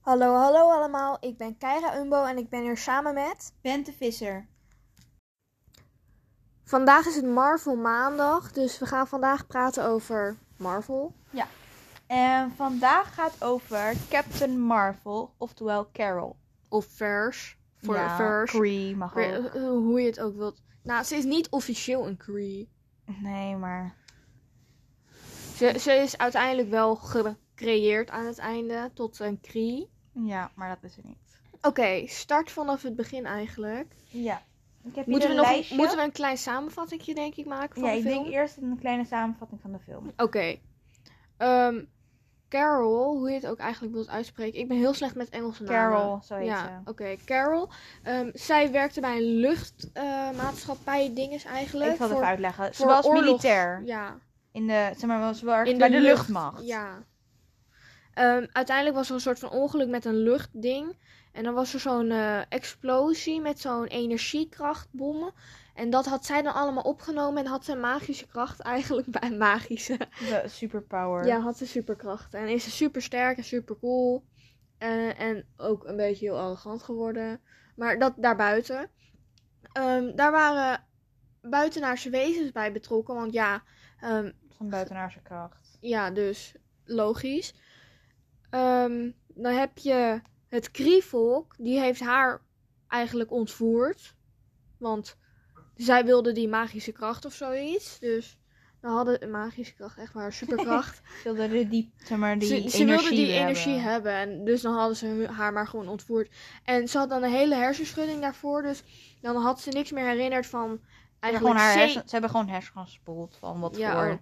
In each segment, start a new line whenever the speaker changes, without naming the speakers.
Hallo, hallo allemaal. Ik ben Keira Umbo en ik ben hier samen met
Bente Visser.
Vandaag is het Marvel maandag, dus we gaan vandaag praten over Marvel.
En vandaag gaat over Captain Marvel, oftewel Carol.
Of vers. Voor
ja,
vers.
Cree mag
Cre-
ook.
eh, Hoe je het ook wilt. Nou, ze is niet officieel een Cree.
Nee, maar...
Ze, ze is uiteindelijk wel gecreëerd aan het einde tot een Cree.
Ja, maar dat is er niet.
Oké, start vanaf het begin eigenlijk.
Ja. Ik heb
Moeten we,
hier een
nog,
lijstje.
moeten we een klein samenvattingje denk ik maken van
Ja,
de
ik
film?
denk eerst een kleine samenvatting van de film.
Oké. Ehm, Carol, hoe je het ook eigenlijk wilt uitspreken. Ik ben heel slecht met Engelse namen.
Carol, zo heet
Ja,
ze.
oké. Carol. Ehm, zij werkte bij een luchtmaatschappij dinges eigenlijk.
Ik zal het
voor-
even uitleggen. Ze
voor
was
oorlogs-
militair.
Ja.
In de, zeg maar, ze werkte
In
bij
de
de
lucht-
luchtmacht.
Ja. Ehm, uiteindelijk was er een soort van ongeluk met een luchtding. En dan was er zo'n eh, explosie met zo'n energiekrachtbommen. En dat had zij dan allemaal opgenomen en had ze een magische kracht eigenlijk bij magische.
De superpower.
Ja, had ze superkrachten. En is ze super sterk en super cool. Eh, en ook een beetje heel arrogant geworden. Maar dat daarbuiten. Ehm, daar waren buitenaardse wezens bij betrokken. Want ja, ehm,
Dat is een buitenaardse kracht.
ja dus logisch. Ehm, dan heb je het Krievolk. Die heeft haar eigenlijk ontvoerd. Want zij wilde die magische kracht of zoiets. Dus dan hadden magische kracht, echt waar, superkracht.
Ze wilde de die, zeg maar, die
ze,
energie
ze wilde die energie
hebben.
hebben. En dus dan hadden ze hu- haar maar gewoon ontvoerd. En ze had dan een hele hersenschudding daarvoor. Dus dan had ze niks meer herinnerd van
Ze hebben, gewoon
eigenlijk
haar
ze-
hersen, ze oh. hebben gewoon hersenen gespoeld van wat
Ja,
voor
ook.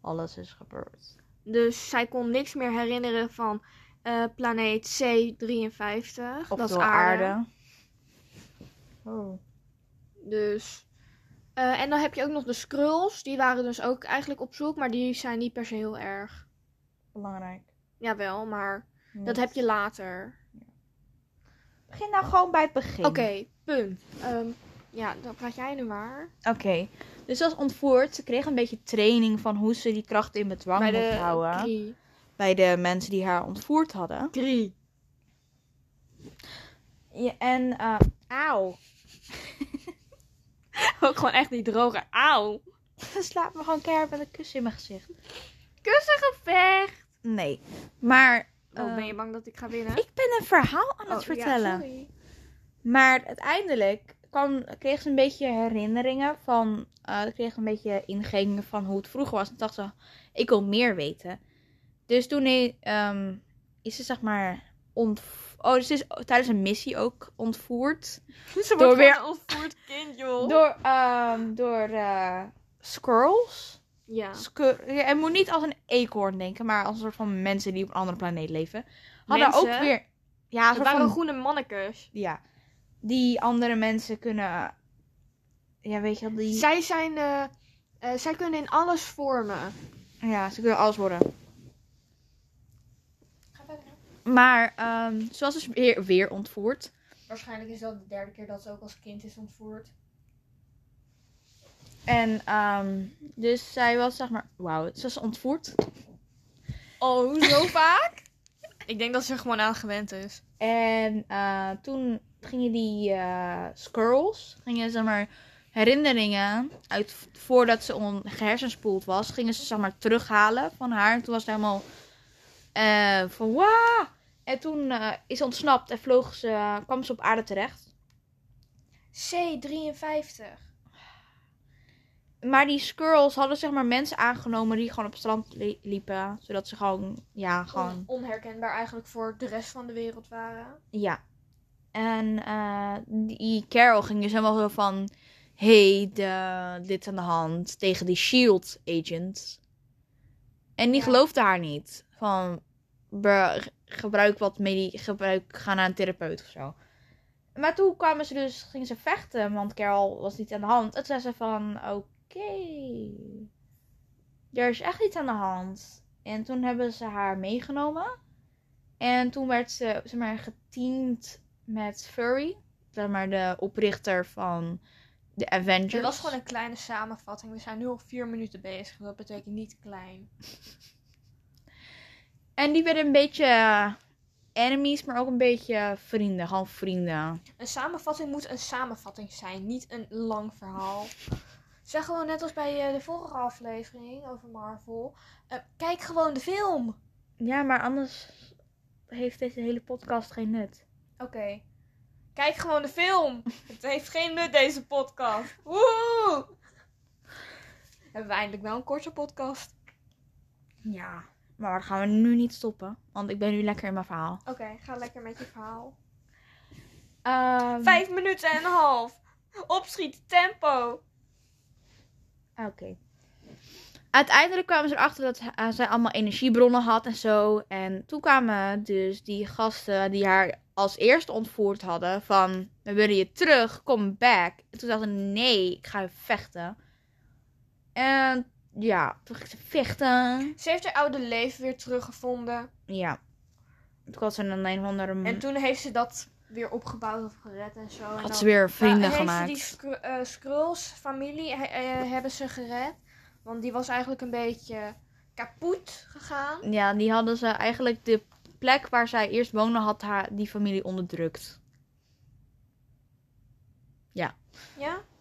alles is gebeurd.
Dus zij kon niks meer herinneren van eh, planeet C53.
Of
dat is
door
aarde.
aarde. Oh.
Dus. eh, en dan heb je ook nog de Skrulls. Die waren dus ook eigenlijk op zoek. Maar die zijn niet per se heel erg.
Belangrijk.
Jawel, maar dat
Niet.
heb je later.
Begin nou gewoon bij het begin.
Oké, punt. Ehm, ja, dan praat jij nu maar.
Oké. Dus ze was ontvoerd. Ze kreeg een beetje training van hoe ze die kracht in bedwang
Bij
moet
de
houden.
drie.
Bij de mensen die haar ontvoerd hadden.
Drie.
Ja, en, eh, auw.
Ook gewoon echt niet droger. Auw.
Ze slaat me gewoon keihard met een kus in mijn gezicht.
Kussengevecht.
Nee. Maar...
Oh,
eh,
ben je bang dat ik ga winnen?
Ik ben een verhaal aan
Oh,
het
ja,
vertellen.
sorry.
Maar uiteindelijk kwam, kreeg ze een beetje herinneringen van. eh kreeg een beetje ingevingen van hoe het vroeger was. En dacht ze: ik wil meer weten. Dus toen hij, ehm, is ze, zeg maar. Ontv- oh, dus ze is tijdens een missie ook ontvoerd.
Ze
Door
wordt
weer-
weer een ontvoerd kind, joh.
Door. ehm, door eh, squirrels.
Ja.
Squir- ja, en moet niet als een eekhoorn denken, maar als een soort van mensen die op een andere planeet leven. Hadden
Mensen?
ook weer. Ja, een
Het
soort
waren
van
groene mannekes.
ja, die andere mensen kunnen. Ja, weet je wel, die.
Zij zijn... eh, eh, zij kunnen in alles vormen.
Ja, ze kunnen alles worden. Maar ehm ze was dus weer, weer ontvoerd.
Waarschijnlijk is dat de derde keer dat ze ook als kind is ontvoerd.
En ehm, dus zij was, zeg maar. Wauw, ze was ontvoerd.
Oh, zo vaak? Ik denk dat ze er gewoon aan gewend is.
En eh, toen gingen die eh squirrels, gingen zeg maar herinneringen uit voordat ze on, gehersenspoeld was, gingen ze zeg maar terughalen van haar. En toen was het helemaal eh, van wauw. En toen eh, is ze ontsnapt en vloog ze, kwam ze op aarde terecht.
C53.
Maar die squirrels hadden zeg maar mensen aangenomen die gewoon op het strand li- liepen. Zodat ze gewoon, ja, gewoon
On- onherkenbaar eigenlijk voor de rest van de wereld waren.
Ja. En eh, die Carol ging dus helemaal zo van... Hé, hey, dit aan de hand. Tegen die S.H.I.E.L.D. E agent. En die
Ja.
geloofde haar niet. Van, "Bruh, gebruik wat medie... Gebruik, ga naar een therapeut of zo. Maar toen kwamen ze dus... Gingen ze vechten, want Carol was niet aan de hand. En toen zei ze van, oké... er is echt iets aan de hand. En toen hebben ze haar meegenomen. En toen werd ze zeg maar, geteamd met Furry. Zeg maar de oprichter van de Avengers.
Dit was gewoon een kleine samenvatting. We zijn nu al vier minuten bezig. Dat betekent niet klein.
En die werden een beetje eh, enemies, maar ook een beetje vrienden. Gewoon vrienden.
Een samenvatting moet een samenvatting zijn, niet een lang verhaal. Zeg gewoon net als bij eh, de vorige aflevering over Marvel. eh, kijk gewoon de film. Oké.
Ja, maar anders heeft deze hele podcast geen nut.
Kijk gewoon de film. Het heeft geen nut deze podcast. Woehoe! Hebben we eindelijk wel een korte podcast.
Ja. Maar dat gaan we nu niet stoppen, want ik ben nu lekker in mijn verhaal.
Oké, ga lekker met je verhaal.
Ehm,
Vijf minuten en een half. Opschiet, tempo.
Ah, Oké. Uiteindelijk kwamen ze erachter dat eh, zij allemaal energiebronnen had en zo. En toen kwamen dus die gasten die haar als eerste ontvoerd hadden van... We willen je terug, come back. En toen dacht ze, nee, ik ga vechten. En ja, toen ging ze vechten.
Ze heeft haar oude leven weer teruggevonden.
Ja. Toen had ze een een of andere...
En toen heeft ze dat weer opgebouwd of gered en zo. Nou, en
had
dan-
ze weer vrienden
Maar
gemaakt.
Heeft ze die Skr- eh, Skrulls familie he- eh, hebben ze gered. Want die was eigenlijk een beetje kapot gegaan.
Ja, die hadden ze eigenlijk de plek waar zij eerst woonde, had haar, die familie onderdrukt.
Ja?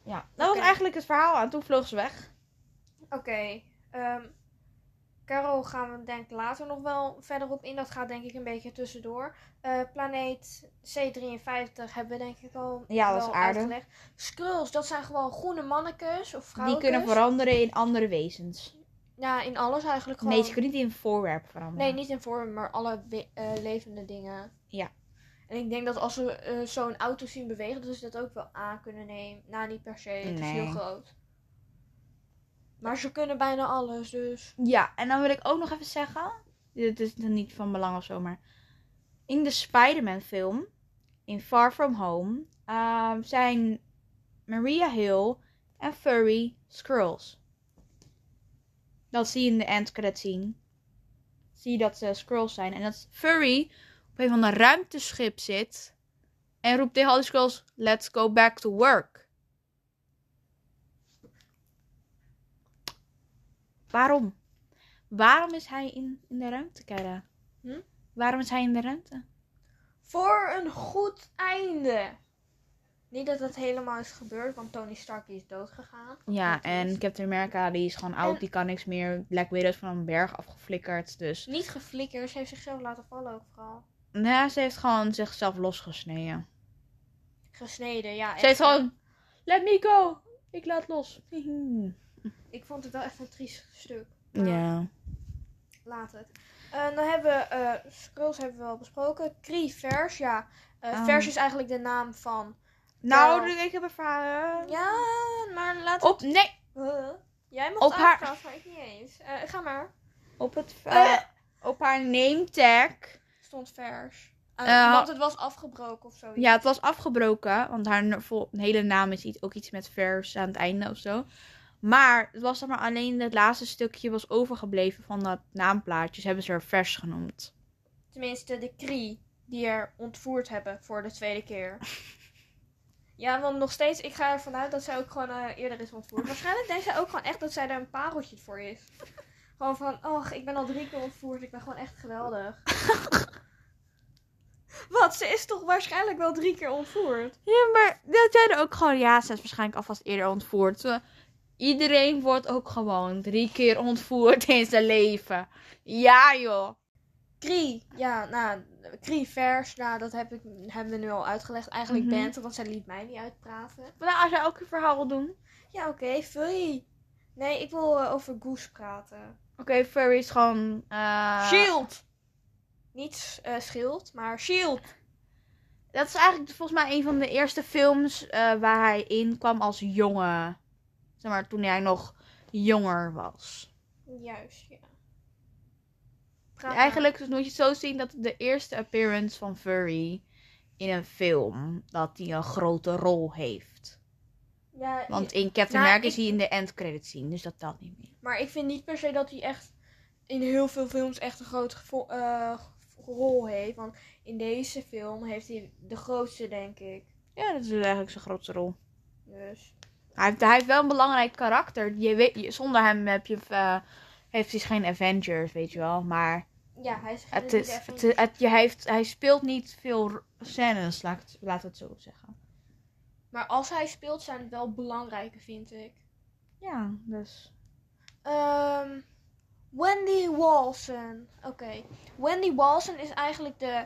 Ja, dat
Oké.
was eigenlijk het verhaal. En toen vloog ze weg.
Oké. ehm, Carol gaan we denk ik later nog wel verder op in. Dat gaat denk ik een beetje tussendoor. Eh, planeet C53 hebben we denk ik al
Ja, dat is
wel
aarde.
uitgelegd. Skrulls, dat zijn gewoon groene mannekes of
die
vrouwen.
kunnen veranderen in andere wezens.
Ja, in alles eigenlijk gewoon.
Nee, ze kunnen niet in voorwerpen veranderen.
Nee, niet in vorm, maar alle we- eh, levende dingen.
Ja.
En ik denk dat als we eh, zo'n auto zien bewegen, dat ze dat ook wel aan kunnen nemen. Nou, niet per se, het is
Nee.
heel groot. Maar ze kunnen bijna alles, dus...
Ja, en dan wil ik ook nog even zeggen. Dit is dan niet van belang of zo, maar. In de Spider-Man film, in Far From Home, ehm, zijn Maria Hill en Furry Skrulls. Dat zie je in de end credit scene. Zie je dat ze Skrulls zijn. En dat Furry op een van een ruimteschip zit. En roept tegen al die Skrulls, let's go back to work. Waarom? Waarom is hij in, in de ruimte, Kara?
Hm?
Waarom is hij in de ruimte?
Voor een goed einde! Niet dat dat helemaal is gebeurd, want Tony Stark die is doodgegaan.
Ja,
Dat is-
en Captain America, die is gewoon oud,
En-
die kan niks meer. Black Widow is van een berg afgeflikkerd, dus...
Niet geflikkerd, ze heeft zichzelf laten vallen ook vooral.
Nee, ze heeft gewoon zichzelf losgesneden.
Gesneden, ja.
Ze heeft
echt.
gewoon... Let me go! Ik laat los.
Ik vond het wel echt een triest stuk. Maar-
ja.
Laat het. Eh, dan hebben we eh Skrulls hebben we al besproken. Kree Vers, ja. Eh,
Ah.
Vers is eigenlijk de naam van.
Nou,
Terwijl-
ik heb een verhaal.
Ja, maar laat
Op... Nee!
Huh? Jij mocht
Op haar-
aanvragen, maar ik niet eens. Eh, ga maar.
Op het...
Eh.
eh, op haar name tag...
Stond Vers. Eh,
Eh,
want het was afgebroken of zoiets.
Ja, het was afgebroken, want haar n- vol- hele naam is iets, ook iets met vers aan het einde of zo. Maar het was dan maar alleen het laatste stukje was overgebleven van dat naamplaatje. Dus hebben ze er vers genoemd.
Tenminste, de Kree die er ontvoerd hebben voor de tweede keer. Ja, want nog steeds, ik ga ervan uit dat zij ook gewoon eh, eerder is ontvoerd. Waarschijnlijk denkt zij ook gewoon echt dat zij daar een pareltje voor is. Gewoon van, och, ik ben al drie keer ontvoerd, ik ben gewoon echt geweldig. Wat, ze is toch waarschijnlijk wel drie keer ontvoerd?
Ja, maar dat zijn er ook gewoon, ja, ze is waarschijnlijk alvast eerder ontvoerd. Eh, Iedereen wordt ook gewoon drie keer ontvoerd in zijn leven. Ja, joh.
Kree, ja, nou, Kree vers, nou, dat heb ik, hebben we nu al uitgelegd. Eigenlijk
Mhm.
Bente, want zij liet mij niet uitpraten.
Maar nou, als jij ook je verhaal wil doen.
Ja, oké, furry. Nee, ik wil eh, over Goose praten.
Oké, Furry is gewoon... eh,
Shield! Niet eh, schild, maar shield.
Dat is eigenlijk volgens mij een van de eerste films eh, waar hij in kwam als jongen. Zeg maar, toen hij nog jonger was.
Juist, ja. Praat
Eigenlijk dus moet je het zo zien dat de eerste appearance van Furry in een film, dat hij een grote rol heeft.
maar. Ja,
Want in Captain
Nou,
America
ik-
is hij in de end credits zien, dus dat telt niet meer.
Maar ik vind niet per se dat hij echt in heel veel films echt een grote gevo- eh, rol heeft. Want in deze film heeft hij de grootste, denk ik.
Ja, dat is eigenlijk zijn grootste rol.
Dus.
Hij heeft, hij heeft wel een belangrijk karakter. Je weet, je- zonder hem heb je, eh, heeft hij geen Avengers, weet je wel. Maar
Ja, hij is
het is, het, is- het- je heeft, hij speelt niet veel r- scènes, laat, ik het- laat het zo zeggen.
Maar als hij speelt, zijn het wel belangrijke, vind ik.
Ja, dus.
Ehm, Wendy Walson. Oké. Wendy Walson is eigenlijk de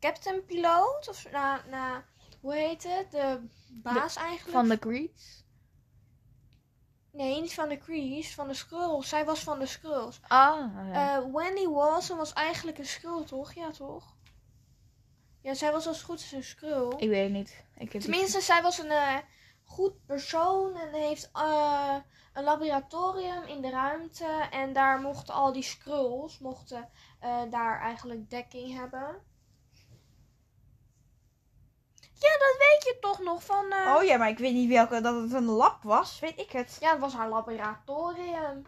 captain piloot. Of na, na hoe heet het? De baas eigenlijk.
Van de Creeds.
Nee, niet van de Crees, van de Skrulls. Zij was van de Skrulls.
Ah, oh, ja.
Eh, Wendy Walson was eigenlijk een Skrull, toch? Ja, toch? Ja, zij was als het goed is een Skrull.
ik weet het niet. Ik heb die-
Tenminste, zij was een eh, goed persoon en heeft eh, een laboratorium in de ruimte. En daar mochten al die skrulls mochten, eh, daar eigenlijk dekking hebben. Ja, dat weet je toch nog van. eh,
Oh ja, maar ik weet niet welke, dat het een lab was, weet ik het.
Ja, het was haar laboratorium.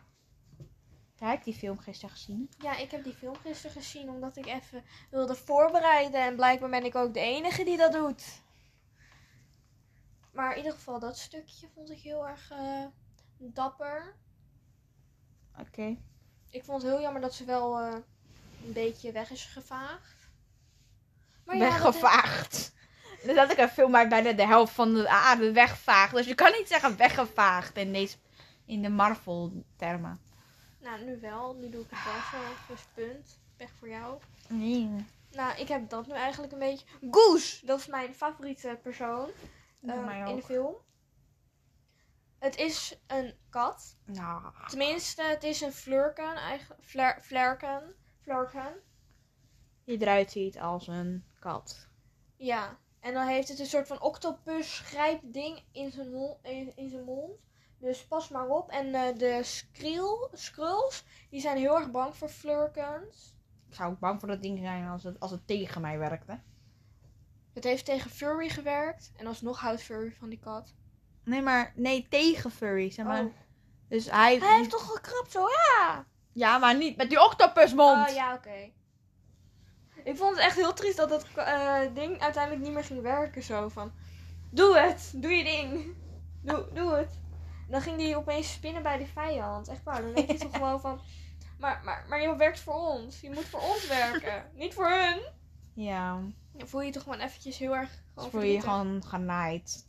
Ja, heb ik die film gisteren gezien.
Ja, ik heb die film gisteren gezien omdat ik even wilde voorbereiden. En blijkbaar ben ik ook de enige die dat doet. Maar in ieder geval, dat stukje vond ik heel erg eh, dapper.
Oké.
Ik vond het heel jammer dat ze wel eh, een beetje weg is gevaagd. Maar ja, dat-
Weggevaagd.
Dus dat ik een film maar bijna de helft van de aarde wegvaagd. Dus je kan niet zeggen weggevaagd in, deze, in de Marvel-termen.
nou, nu wel. Nu doe ik het wel zo. Dus punt. Pech voor jou.
Nee.
Nou, ik heb dat nu eigenlijk een beetje. Goose! Dat is mijn favoriete persoon eh,
mij
in de
ook.
film. Het is een kat.
Nou,
Tenminste, het is een flurken. Eigen... Fler... Flerken. Flurken.
Die eruit ziet als een kat.
Ja, en dan heeft het een soort van octopus grijpding in zijn, mond, in, in zijn mond. Dus pas maar op. En eh, de skrill, skrulls, die zijn heel erg bang voor flurkens.
ik zou ook bang voor dat ding zijn als het, als het tegen mij werkte.
Het heeft tegen Furry gewerkt. En alsnog houdt Furry van die kat.
Nee, maar nee, tegen Furry. Zeg maar.
Oh.
Dus hij.
Hij heeft toch gekrapt zo, ja!
Ja, maar niet met die octopusmond.
Oh ja, oké. Ik vond het echt heel triest dat dat eh, ding uiteindelijk niet meer ging werken. Zo van, doe het, doe je ding. Doe, doe het. En dan ging die opeens spinnen bij de vijand. Echt waar, dan denk je toch gewoon van... Maar, maar, maar je werkt voor ons. Je moet voor ons werken. niet voor hun.
Ja,
Dan voel je je toch gewoon eventjes heel erg...
dus
Gewoon
word je
Oh, verdrietig.
gewoon genaaid.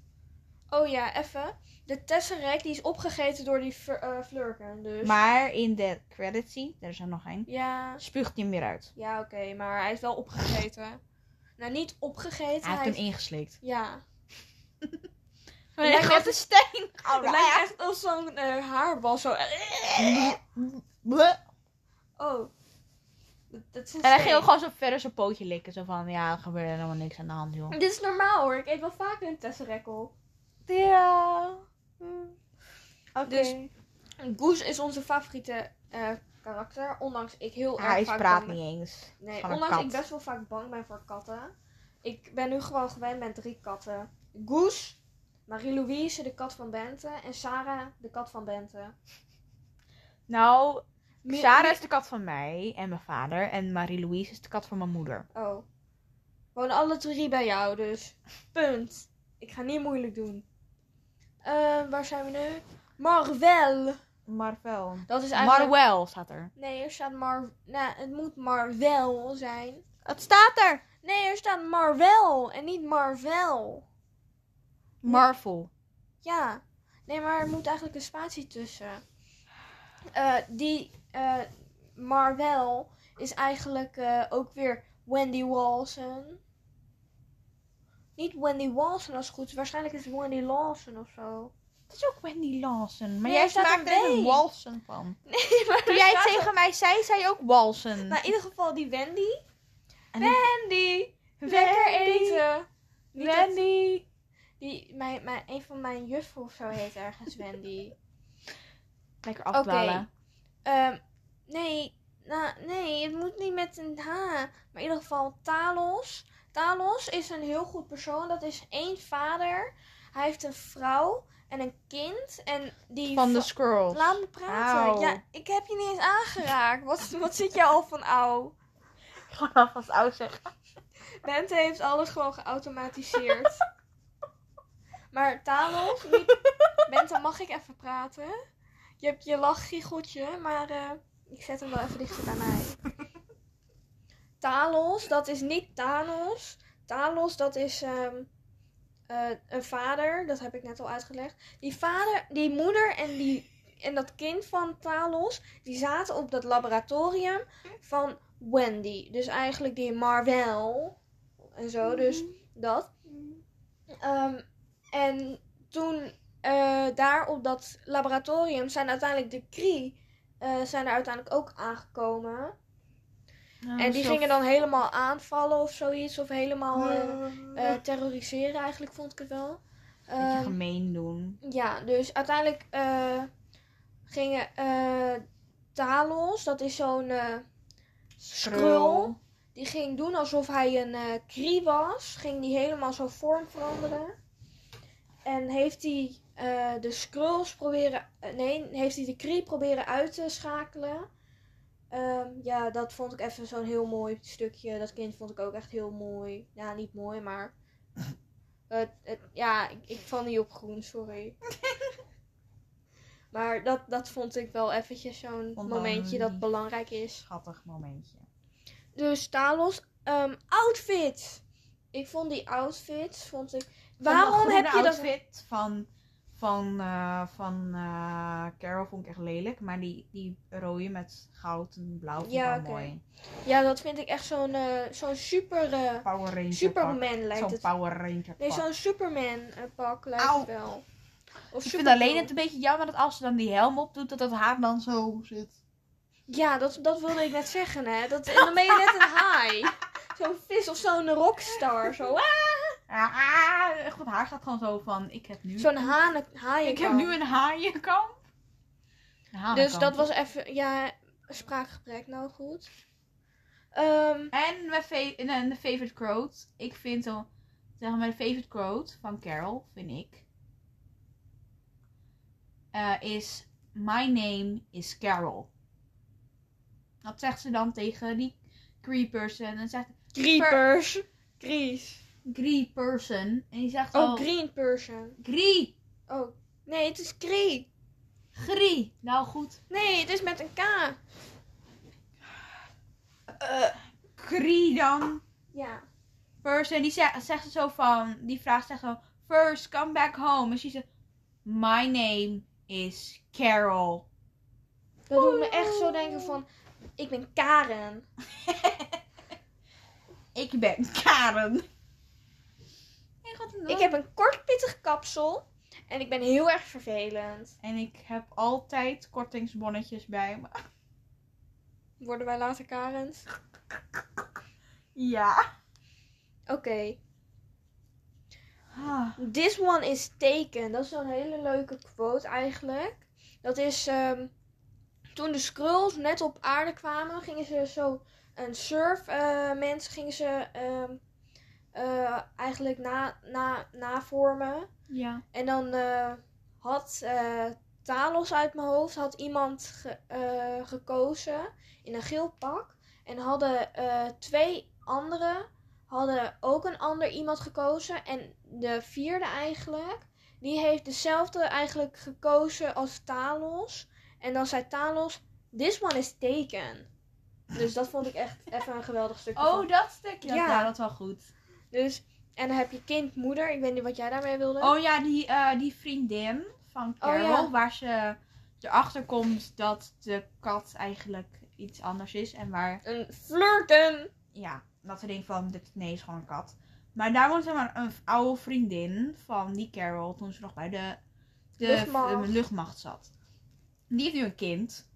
Oh ja, even. De Tesseract die is opgegeten door die fur- eh, flurken. Dus...
Maar in de credit scene, er is er nog één,
Ja,
spuugt hij hem weer uit.
ja oké. maar hij is wel opgegeten. Nou, niet opgegeten.
Hij heeft
hij
hem
is-
ingeslikt.
Ja.
Met
lijkt
een grote steen.
Het lijkt echt als zo'n eh, haarbal. Zo.
Bleh.
Oh. Dat, dat is een
En hij
steen.
ging ook gewoon zo verder zijn pootje likken. Zo van, ja, er gebeurde helemaal niks aan de hand, joh.
Dit is normaal hoor. Ik eet wel vaak een tesserekkel.
Ja.
Oké.
Dus- Goose is onze favoriete eh, karakter. Ondanks ik heel erg
Hij
vaak
praat
bang
niet eens.
ben- Nee,
van een
ondanks
kat.
ik best wel vaak bang ben voor katten. Ik ben nu gewoon gewend met drie katten. Goose, Marie-Louise, de kat van Bente. En Sarah, de kat van Bente.
Nou,
Mi-
Sarah is de kat van mij en mijn vader. En Marie-Louise is de kat van mijn moeder.
Oh. Wonen alle drie bij jou, dus. Punt. Ik ga niet moeilijk doen. Eh, waar zijn we nu? Marvel.
Marvel.
Dat is eigenlijk...
Marwell staat er.
Nee, er staat Mar... Nou, het moet Marvel zijn.
Het staat er!
Nee, er staat Marvel en niet Marvel.
Marvel.
Ja. Nee, maar er moet eigenlijk een spatie tussen. Eh, die eh, Marvel is eigenlijk eh, ook weer Wendy Walson. Niet Wendy Walson als het goed is. Waarschijnlijk is het Wendy Lawson of zo.
Het is ook Wendy Lawson.
Nee,
Maar
er
jij
staat
maakt
een
er een
W.
Walsen van.
Nee, maar
Toen jij het tegen mij zei, zei je ook Walsen.
Maar in ieder geval die Wendy.
En-
Wendy! Lekker
Wendy.
eten! Niet dat-
Wendy.
die, mijn, mijn, een van mijn juffen of zo heet ergens Wendy.
Lekker
Oké.
afdwalen.
Ehm, nee, nou, nee, het moet niet met een H. Maar in ieder geval Talos. Talos is een heel goed persoon. Dat is één vader. Hij heeft een vrouw en een kind. En die
Van de
va-
Skrulls.
Laat me praten.
Auw.
Ja, ik heb je niet eens aangeraakt. Wat, wat zit je al van ouw?
Gewoon alvast oud zeggen.
Bente heeft alles gewoon geautomatiseerd. maar Talos, niet, Benta, mag ik even praten? Je hebt je lachgiecheltje, maar eh, ik zet hem wel even dichter bij mij. Talos, dat is niet Thanos. Talos, dat is ehm, eh, een vader, dat heb ik net al uitgelegd. Die vader, die moeder en, die, en dat kind van Talos, die zaten op dat laboratorium van Wendy. Dus eigenlijk die Marvel en zo, dus dat. Ehm, en toen eh, daar op dat laboratorium zijn uiteindelijk de Kree eh, zijn er uiteindelijk ook aangekomen.
Oh,
en die gingen dan helemaal aanvallen of zoiets. Of helemaal eh, eh, terroriseren eigenlijk, vond ik het wel.
Beetje
Ehm,
gemeen doen.
ja, dus uiteindelijk eh, gingen eh, Talos, dat is zo'n eh skrul, die ging doen alsof hij een eh Kree was. Ging die helemaal zo vorm veranderen. En heeft hij eh, de Skrulls proberen, eh, nee, heeft hij de Kree proberen uit te schakelen. Ehm, ja, dat vond ik even zo'n heel mooi stukje. Dat kind vond ik ook echt heel mooi. Ja, niet mooi, maar... het, het, ja, ik, ik val niet op groen, sorry. Maar dat, dat vond ik wel eventjes zo'n
Vond wel
momentje dat
lief.
belangrijk is.
Schattig momentje.
Dus Talos, ehm, outfit. Ik vond die outfits, vond ik...
Van de
Waarom
groene
heb je dat...
outfit van, van, eh, van eh, Carol vond ik echt lelijk. Maar die, die rode met goud en blauw vond ik
Ja,
wel
oké.
mooi.
Ja, dat vind ik echt zo'n eh, zo'n super, eh,
Power Ranger
Superman
pak.
lijkt
Zo'n
het.
Power Ranger
Nee,
pak.
zo'n Superman eh, pak lijkt
Auw.
het wel. Of
Ik vind alleen het een beetje jammer dat als ze dan die helm op doet, dat dat haar dan zo zit.
Ja, dat, dat wilde ik net zeggen, hè. Dat, en dan ben je net een haai. Zo'n vis of zo'n rockstar. Zo, ah!
Ah, echt, dat haar gaat gewoon zo van, ik heb nu,
zo'n hanen, haaien.
ik heb nu een haaienkamp. Een
Dus
hanenkamp.
dat was even, ja, spraakgebrek. Nou, goed. Ehm,
En mijn fa- en- en de favorite quote. Ik vind dan, zeg maar, de favorite quote van Carol, vind ik. eh, is, my name is Carol. Dat zegt ze dan tegen die creepers. En dan zegt
creepers. Crees.
Gree person. En die zegt
Oh,
al.
green person.
Gree.
Oh, nee, het is Cree.
Gree. Nou goed.
Nee, het is met een K.
Eh, Gree dan.
Ja.
Person. Die zegt, zegt ze zo van. Die vraagt zegt zo. First, come back home. En ze zegt. My name is Carol.
Dat doet me echt zo denken van, ik ben Karen.
Ik ben Karen. En, God,
Ik heb een kort pittig kapsel en ik ben heel erg vervelend.
en ik heb altijd kortingsbonnetjes bij me.
Worden wij later Karens?
Ja.
Oké.
Ah.
This one is taken. Dat is zo'n hele leuke quote eigenlijk. Dat is ehm, toen de Skrulls net op aarde kwamen, gingen ze zo een surf eh, mensen gingen ze ehm, eh, eigenlijk na, na, navormen.
Ja.
En dan eh, had eh, Talos uit mijn hoofd had iemand ge- eh, gekozen in een geel pak. En hadden eh, twee anderen hadden ook een ander iemand gekozen. En de vierde eigenlijk, die heeft dezelfde eigenlijk gekozen als Talos. En dan zei Talos, this one is taken. Dus dat vond ik echt even een geweldig stukje.
Oh,
van.
dat stukje.
Ja.
Ja, ja dat is wel goed.
Dus, en dan heb je kind, moeder. Ik weet niet wat jij daarmee wilde.
Oh ja, die, eh, die vriendin van Carol,
ja.
waar ze erachter komt dat de kat eigenlijk iets anders is. En waar,
Een flirten.
ja, dat ze denkt van, dit, nee, is gewoon een kat. Maar daar was maar een oude vriendin van die Carol, toen ze nog bij de, de
Luchtmacht.
eh, luchtmacht zat. Die heeft nu een kind.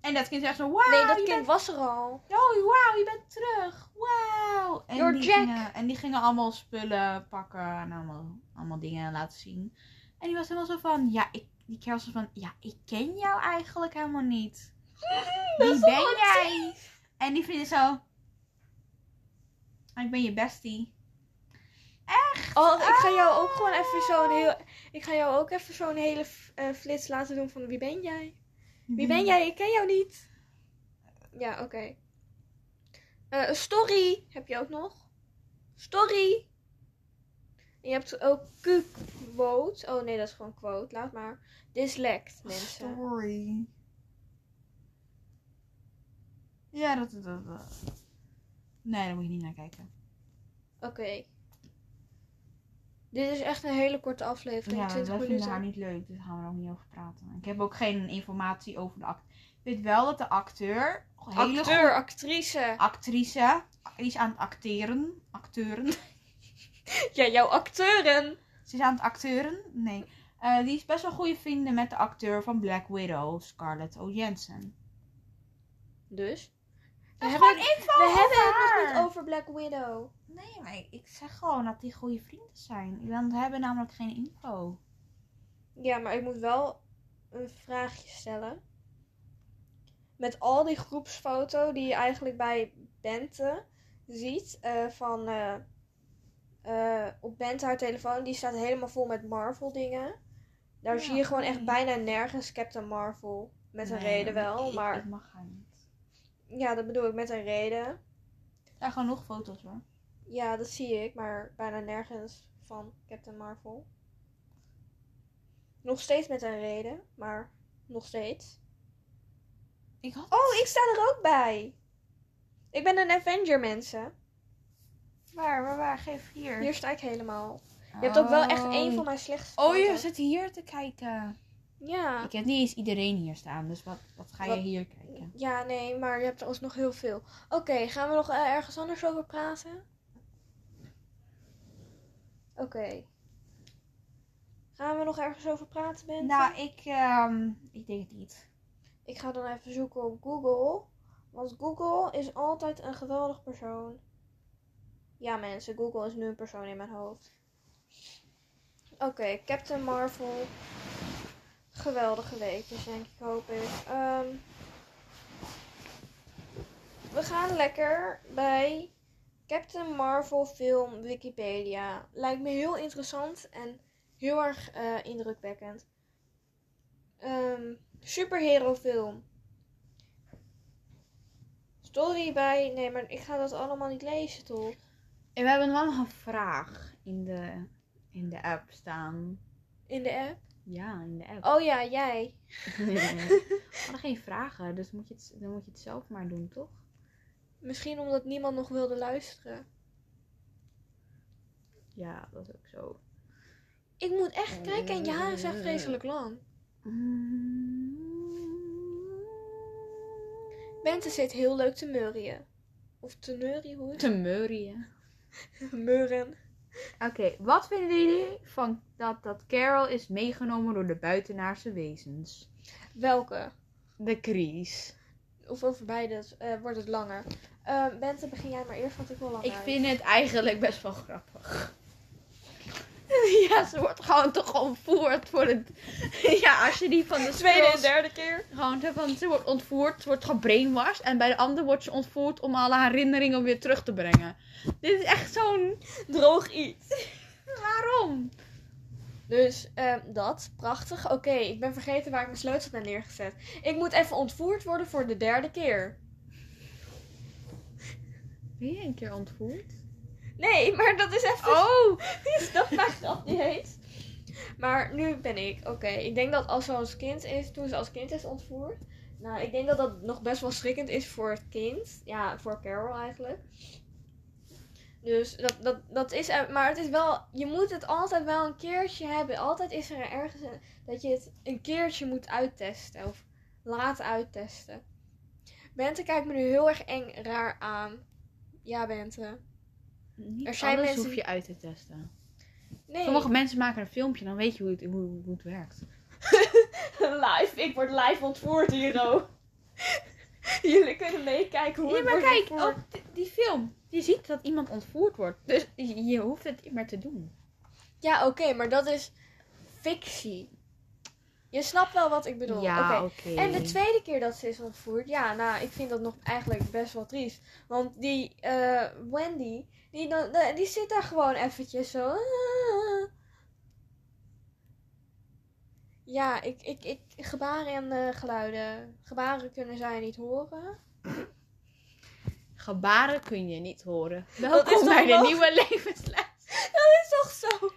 En dat kind zegt zo, wauw,
Nee, dat
je
kind was er al.
bent, oh, wauw, je bent terug, wauw. En,
You're
die
Jack.
gingen- en die gingen allemaal spullen pakken en allemaal, allemaal dingen laten zien. En die was helemaal zo van, ja, ik, die Carol was van, ja, ik ken jou eigenlijk helemaal niet. Wie ben jij? En die vriendin zo, "Ah, ik ben je bestie.
Oh, ik ga jou ook gewoon even zo'n heel. Ik ga jou ook even zo'n hele eh, flits laten doen van wie ben jij? Wie
Hmm.
ben jij? Ik ken jou niet. Ja, oké. Eh, Een story heb je ook nog. Story. En je hebt ook Q-quote. Oh nee, dat is gewoon quote. Laat maar. Dyslect, mensen.
Story. Ja, dat, dat, dat. Nee, daar moet je niet naar kijken.
Oké. Dit is echt een hele korte aflevering.
Ja, wij
20
vinden haar
minuten.
niet leuk, dus daar gaan we er ook niet over praten. Ik heb ook geen informatie over de act. Ik weet wel dat de acteur, hele goede
Acteur, actrice.
actrice, die is aan het acteren. Acteuren.
Ja, jouw acteuren.
Ze is aan het acteuren. Nee. Eh, die is best wel goede vrienden met de acteur van Black Widow, Scarlett Johansson.
Dus.
Dat is
hebben
gewoon info
We hebben
over
het nog
haar.
niet over Black Widow.
Nee, maar ik- ik zeg gewoon dat die goede vrienden zijn. Dan hebben we namelijk geen info.
Ja, maar ik moet wel een vraagje stellen. Met al die groepsfoto die je eigenlijk bij Bente ziet, eh, van, eh, eh, op Bente haar telefoon, die staat helemaal vol met Marvel dingen. Daar
Ja,
zie je gewoon echt
nee.
bijna nergens Captain Marvel. Met een
Nee,
reden wel,
ik-
maar
Ik mag haar niet.
ja, dat bedoel ik met een reden.
Ja, genoeg foto's hoor.
Ja, dat zie ik, maar bijna nergens van Captain Marvel. Nog steeds met een reden, maar nog steeds.
Ik had...
Oh, ik sta er ook bij. Ik ben een Avenger, mensen.
Waar, waar, waar? Geef hier.
Hier sta ik helemaal. Je hebt ook wel echt één van mijn slechtste
Oh, je
foto's.
zit hier te kijken.
Ja.
Ik heb niet eens iedereen hier staan, dus wat, wat ga je
Wat-
hier kijken?
Ja, nee, maar je hebt er alsnog heel veel. Oké, gaan we nog eh, ergens anders over praten? Oké. Gaan we nog ergens over praten, Bente?
Nou, ik, ehm, ik denk het niet.
Ik ga dan even zoeken op Google. Want Google is altijd een geweldig persoon. Ja, mensen, Google is nu een persoon in mijn hoofd. Oké, Captain Marvel. Geweldige weetjes, denk ik, hoop ik. Ehm, we gaan lekker bij Captain Marvel film Wikipedia. Lijkt me heel interessant en heel erg eh, indrukwekkend. Ehm superhero-film. Story bij. Nee, maar ik ga dat allemaal niet lezen, toch?
En we hebben wel een vraag in de, in de app staan.
In de app.
Ja, in de app.
Oh ja, jij.
we hadden geen vragen, dus moet je het, dan moet je het zelf maar doen, toch?
Misschien omdat niemand nog wilde luisteren.
Ja, dat is ook zo.
Ik moet echt kijken en je haar is echt vreselijk lang. Bente zit heel leuk te neurien. Of te neurien, hoe is
Te murrien.
het? Meuren.
Oké, wat vinden jullie van dat, dat Carol is meegenomen door de buitenaardse wezens?
Welke?
De Kries.
Of over beide eh, wordt het langer. Eh, Bente, begin jij maar eerst, want ik wil langer.
Ik vind het eigenlijk best wel grappig. Ja, ze wordt gewoon toch ontvoerd voor het... Ja, als je die van de
Tweede en
speels-
derde keer.
Gewoon, hè, want ze wordt ontvoerd, ze wordt gebrainwashed. En bij de ander wordt ze ontvoerd om alle herinneringen weer terug te brengen. Dit is echt zo'n...
Droog iets.
Waarom?
Dus ehm, dat, prachtig. Oké, ik ben vergeten waar ik mijn sleutels heb neergezet. Ik moet even ontvoerd worden voor de derde keer.
Ben je een keer ontvoerd?
Nee, maar dat is even...
Oh!
Dus dat maakt dat niet eens. Maar nu ben ik, oké. Ik denk dat als ze als kind is, toen ze als kind is ontvoerd. Nou, ik denk dat dat nog best wel schrikkend is voor het kind. Ja, voor Carol eigenlijk. Dus dat, dat, dat is, er- maar het is wel, je moet het altijd wel een keertje hebben. Altijd is er ergens een- dat je het een keertje moet uittesten of laten uittesten. Bente kijkt me nu heel erg eng raar aan. Ja, Bente.
Niet
Er zijn
alles
mensen-
hoef je uit te testen.
Nee.
Sommige mensen maken een filmpje, dan weet je hoe het, hoe, hoe het werkt.
live. Ik word live ontvoerd hier, oh. Jullie kunnen meekijken hoe
Ja,
ik
maar
word
kijk,
ontvoerd.
ook di- die film. Je ziet dat iemand ontvoerd wordt. Dus je je hoeft het niet meer te doen.
Ja, oké, maar dat is fictie. Je snapt wel wat ik bedoel. Oké.
Ja, oké.
En de tweede keer dat ze is ontvoerd, ja, nou, ik vind dat nog eigenlijk best wel triest. Want die eh, Wendy, die, dan- eh, die zit daar gewoon eventjes zo. ah. Ja, ik, ik, ik, gebaren en eh, geluiden. Gebaren kunnen zij niet horen.
Gebaren kun je niet horen.
is
Welkom
toch
bij de
wel-
nieuwe levenslijn.
Dat is toch nog zo.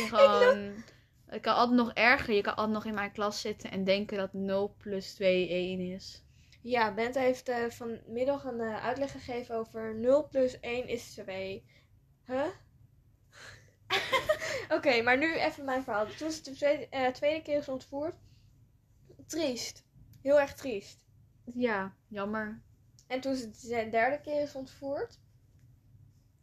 Je Gewoon, het kan altijd nog erger. Je kan altijd nog in mijn klas zitten en denken dat 0 plus 2 1 is.
Ja, Bente heeft eh, vanmiddag een eh, uitleg gegeven over 0 plus 1 is 2. Huh? Oké, maar nu even mijn verhaal. Toen ze de tweede, eh, tweede keer is ontvoerd. Triest. Heel erg triest.
Ja, jammer.
En toen ze de derde keer is ontvoerd.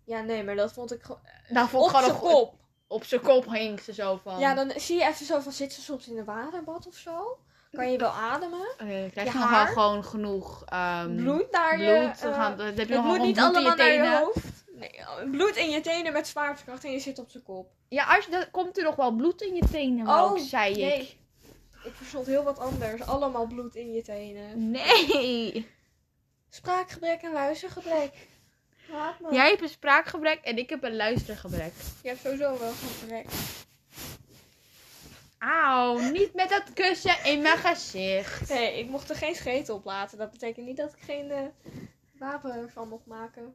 Ja, nee, maar dat vond ik gewoon.
Nou,
Op zijn kop.
Op zijn kop hing ze zo van.
Ja, dan zie je even zo van zit ze soms in een waterbad of zo? Kan je wel ademen?
Eh, dan krijg
je
je, nog
haar.
wel gewoon genoeg ehm,
Bloed naar je.
bloed. Dan
eh,
gaan, dan heb je
het
nog wel
moet niet
gewoon bloed in je
allemaal naar je
tenen.
hoofd. Nee, bloed in je tenen met zwaartekracht en je zit op zijn kop.
Ja, als je, dan komt er nog wel bloed in je tenen,
Oh,
ook, zei
nee.
ik.
Ik verstond heel wat anders. Allemaal bloed in je tenen.
Nee.
Spraakgebrek en luistergebrek. Laat me.
Jij hebt een spraakgebrek en ik heb een luistergebrek.
Je hebt sowieso wel gebrek.
Auw, niet met dat kussen in mijn gezicht.
Nee, ik mocht er geen scheet op laten. Dat betekent niet dat ik geen eh, wapen ervan mocht maken.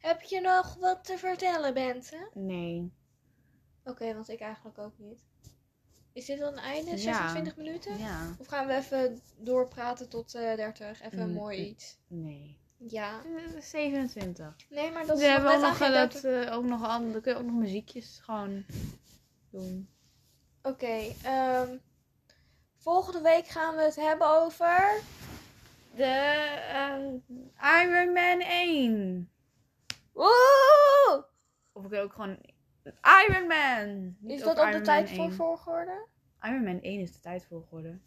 Heb je nog wat te vertellen, Bente?
Nee.
Oké, want ik eigenlijk ook niet. Is dit dan een einde?
Ja.
26 minuten?
Ja.
Of gaan we even doorpraten tot eh 30? Even
Mm,
mooi
mm.
iets.
Nee.
Ja.
27.
Nee, maar dat
We
is nog
hebben ook
net aan
nog,
geen
eh,
30.
dat, eh, ook nog andere, kun je ook nog muziekjes gewoon doen.
Oké, ehm, volgende week gaan we het hebben over.
De eh, Iron Man 1.
Woe!
Of ik wil ook gewoon Iron Man. Niet
Is dat
ook
ook de
Iron
tijd
Man
voor
1.
volgorde?
Iron Man 1 is de tijd voor geworden.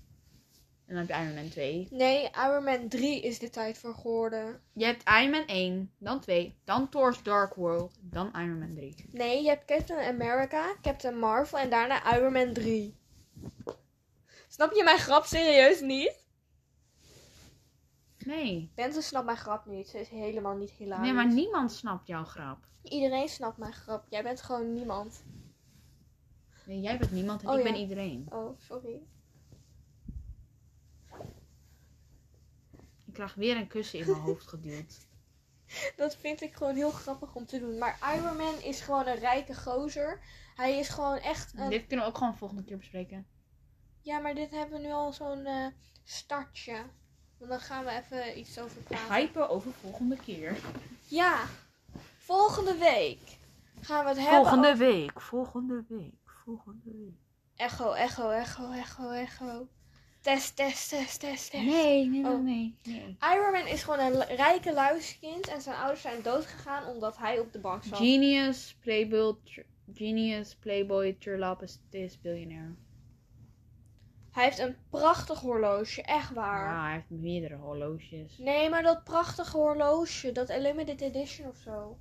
En dan heb je Iron Man 2.
Nee, Iron Man 3 is de tijd voor geworden.
Je hebt Iron Man 1, dan 2, dan Thor's Dark World, dan Iron Man 3.
Nee, je hebt Captain America, Captain Marvel en daarna Iron Man 3. Snap je mijn grap serieus niet?
Nee.
Bente snapt mijn grap niet. Ze is helemaal niet hilarisch.
Nee, maar niemand snapt jouw grap.
Iedereen snapt mijn grap. Jij bent gewoon niemand.
Nee, jij bent niemand en
Oh,
ik
ja.
ben iedereen.
Oh, sorry.
Ik krijg weer een kussen in mijn hoofd geduwd.
Dat vind ik gewoon heel grappig om te doen. Maar Iron Man is gewoon een rijke gozer. Hij is gewoon echt een...
Dit kunnen we ook gewoon volgende keer bespreken.
Ja, maar dit hebben we nu al zo'n eh, startje. Want dan gaan we even iets over praten.
Hypen over volgende keer.
Ja, volgende week gaan we het hebben...
Volgende week, volgende week, volgende week.
Echo, echo, echo, echo, echo. Test, test, test, test, test.
Nee, nee,
Oh.
nee, nee.
Iron Man is gewoon een l- rijke luiskind. En zijn ouders zijn doodgegaan omdat hij op de bank zat.
Genius, Playboy, tr- Genius, Playboy, Turlapis, is Billionaire.
Hij heeft een prachtig horloge, echt waar.
Ah, hij heeft meerdere horloges.
Nee, maar dat prachtige horloge, dat Limited Edition of zo.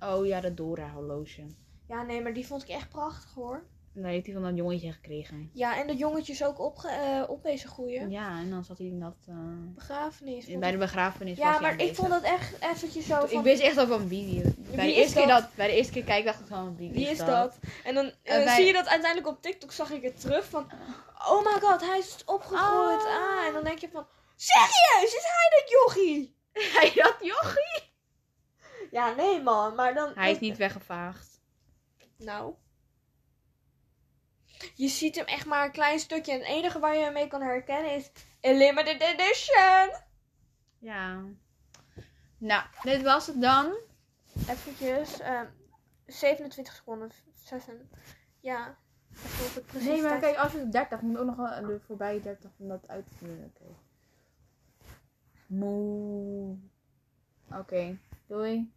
Oh ja, dat Dora horloge.
Ja, nee, maar die vond ik echt prachtig hoor.
En daar heeft hij van dat jongetje gekregen.
Ja, en dat jongetje is ook opge eh, op deze goeie.
Ja, en dan zat hij in dat eh,
Begrafenis. vond
bij de
ik-
begrafenis. was
Ja,
hij
maar ik
aanwezig.
vond dat echt eventjes zo van...
Ik wist echt al van wie die. Bij de,
is
eerste keer
dat?
dat, bij de eerste keer kijk dacht ik van wie,
Wie is dat? En dan eh,
En wij-
zie je dat uiteindelijk op TikTok zag ik het terug van... Oh my god, hij is opgegroeid.
Ah.
Ah, en dan denk je van... Serieus, is hij dat jochie?
Hij dat joch.
Ja, nee man, maar dan...
Hij is niet weggevaagd.
Nou. Je ziet hem echt maar een klein stukje. En het enige waar je hem mee kan herkennen is... een Limited Edition!
Ja. Nou, dit was het dan.
Eventjes. ehm 27 seconden. 6 Ja. Even op het precies tijd-
als je 30 moet ook nog wel de voorbij 30 om dat uit te doen. Moe. Oké, doei.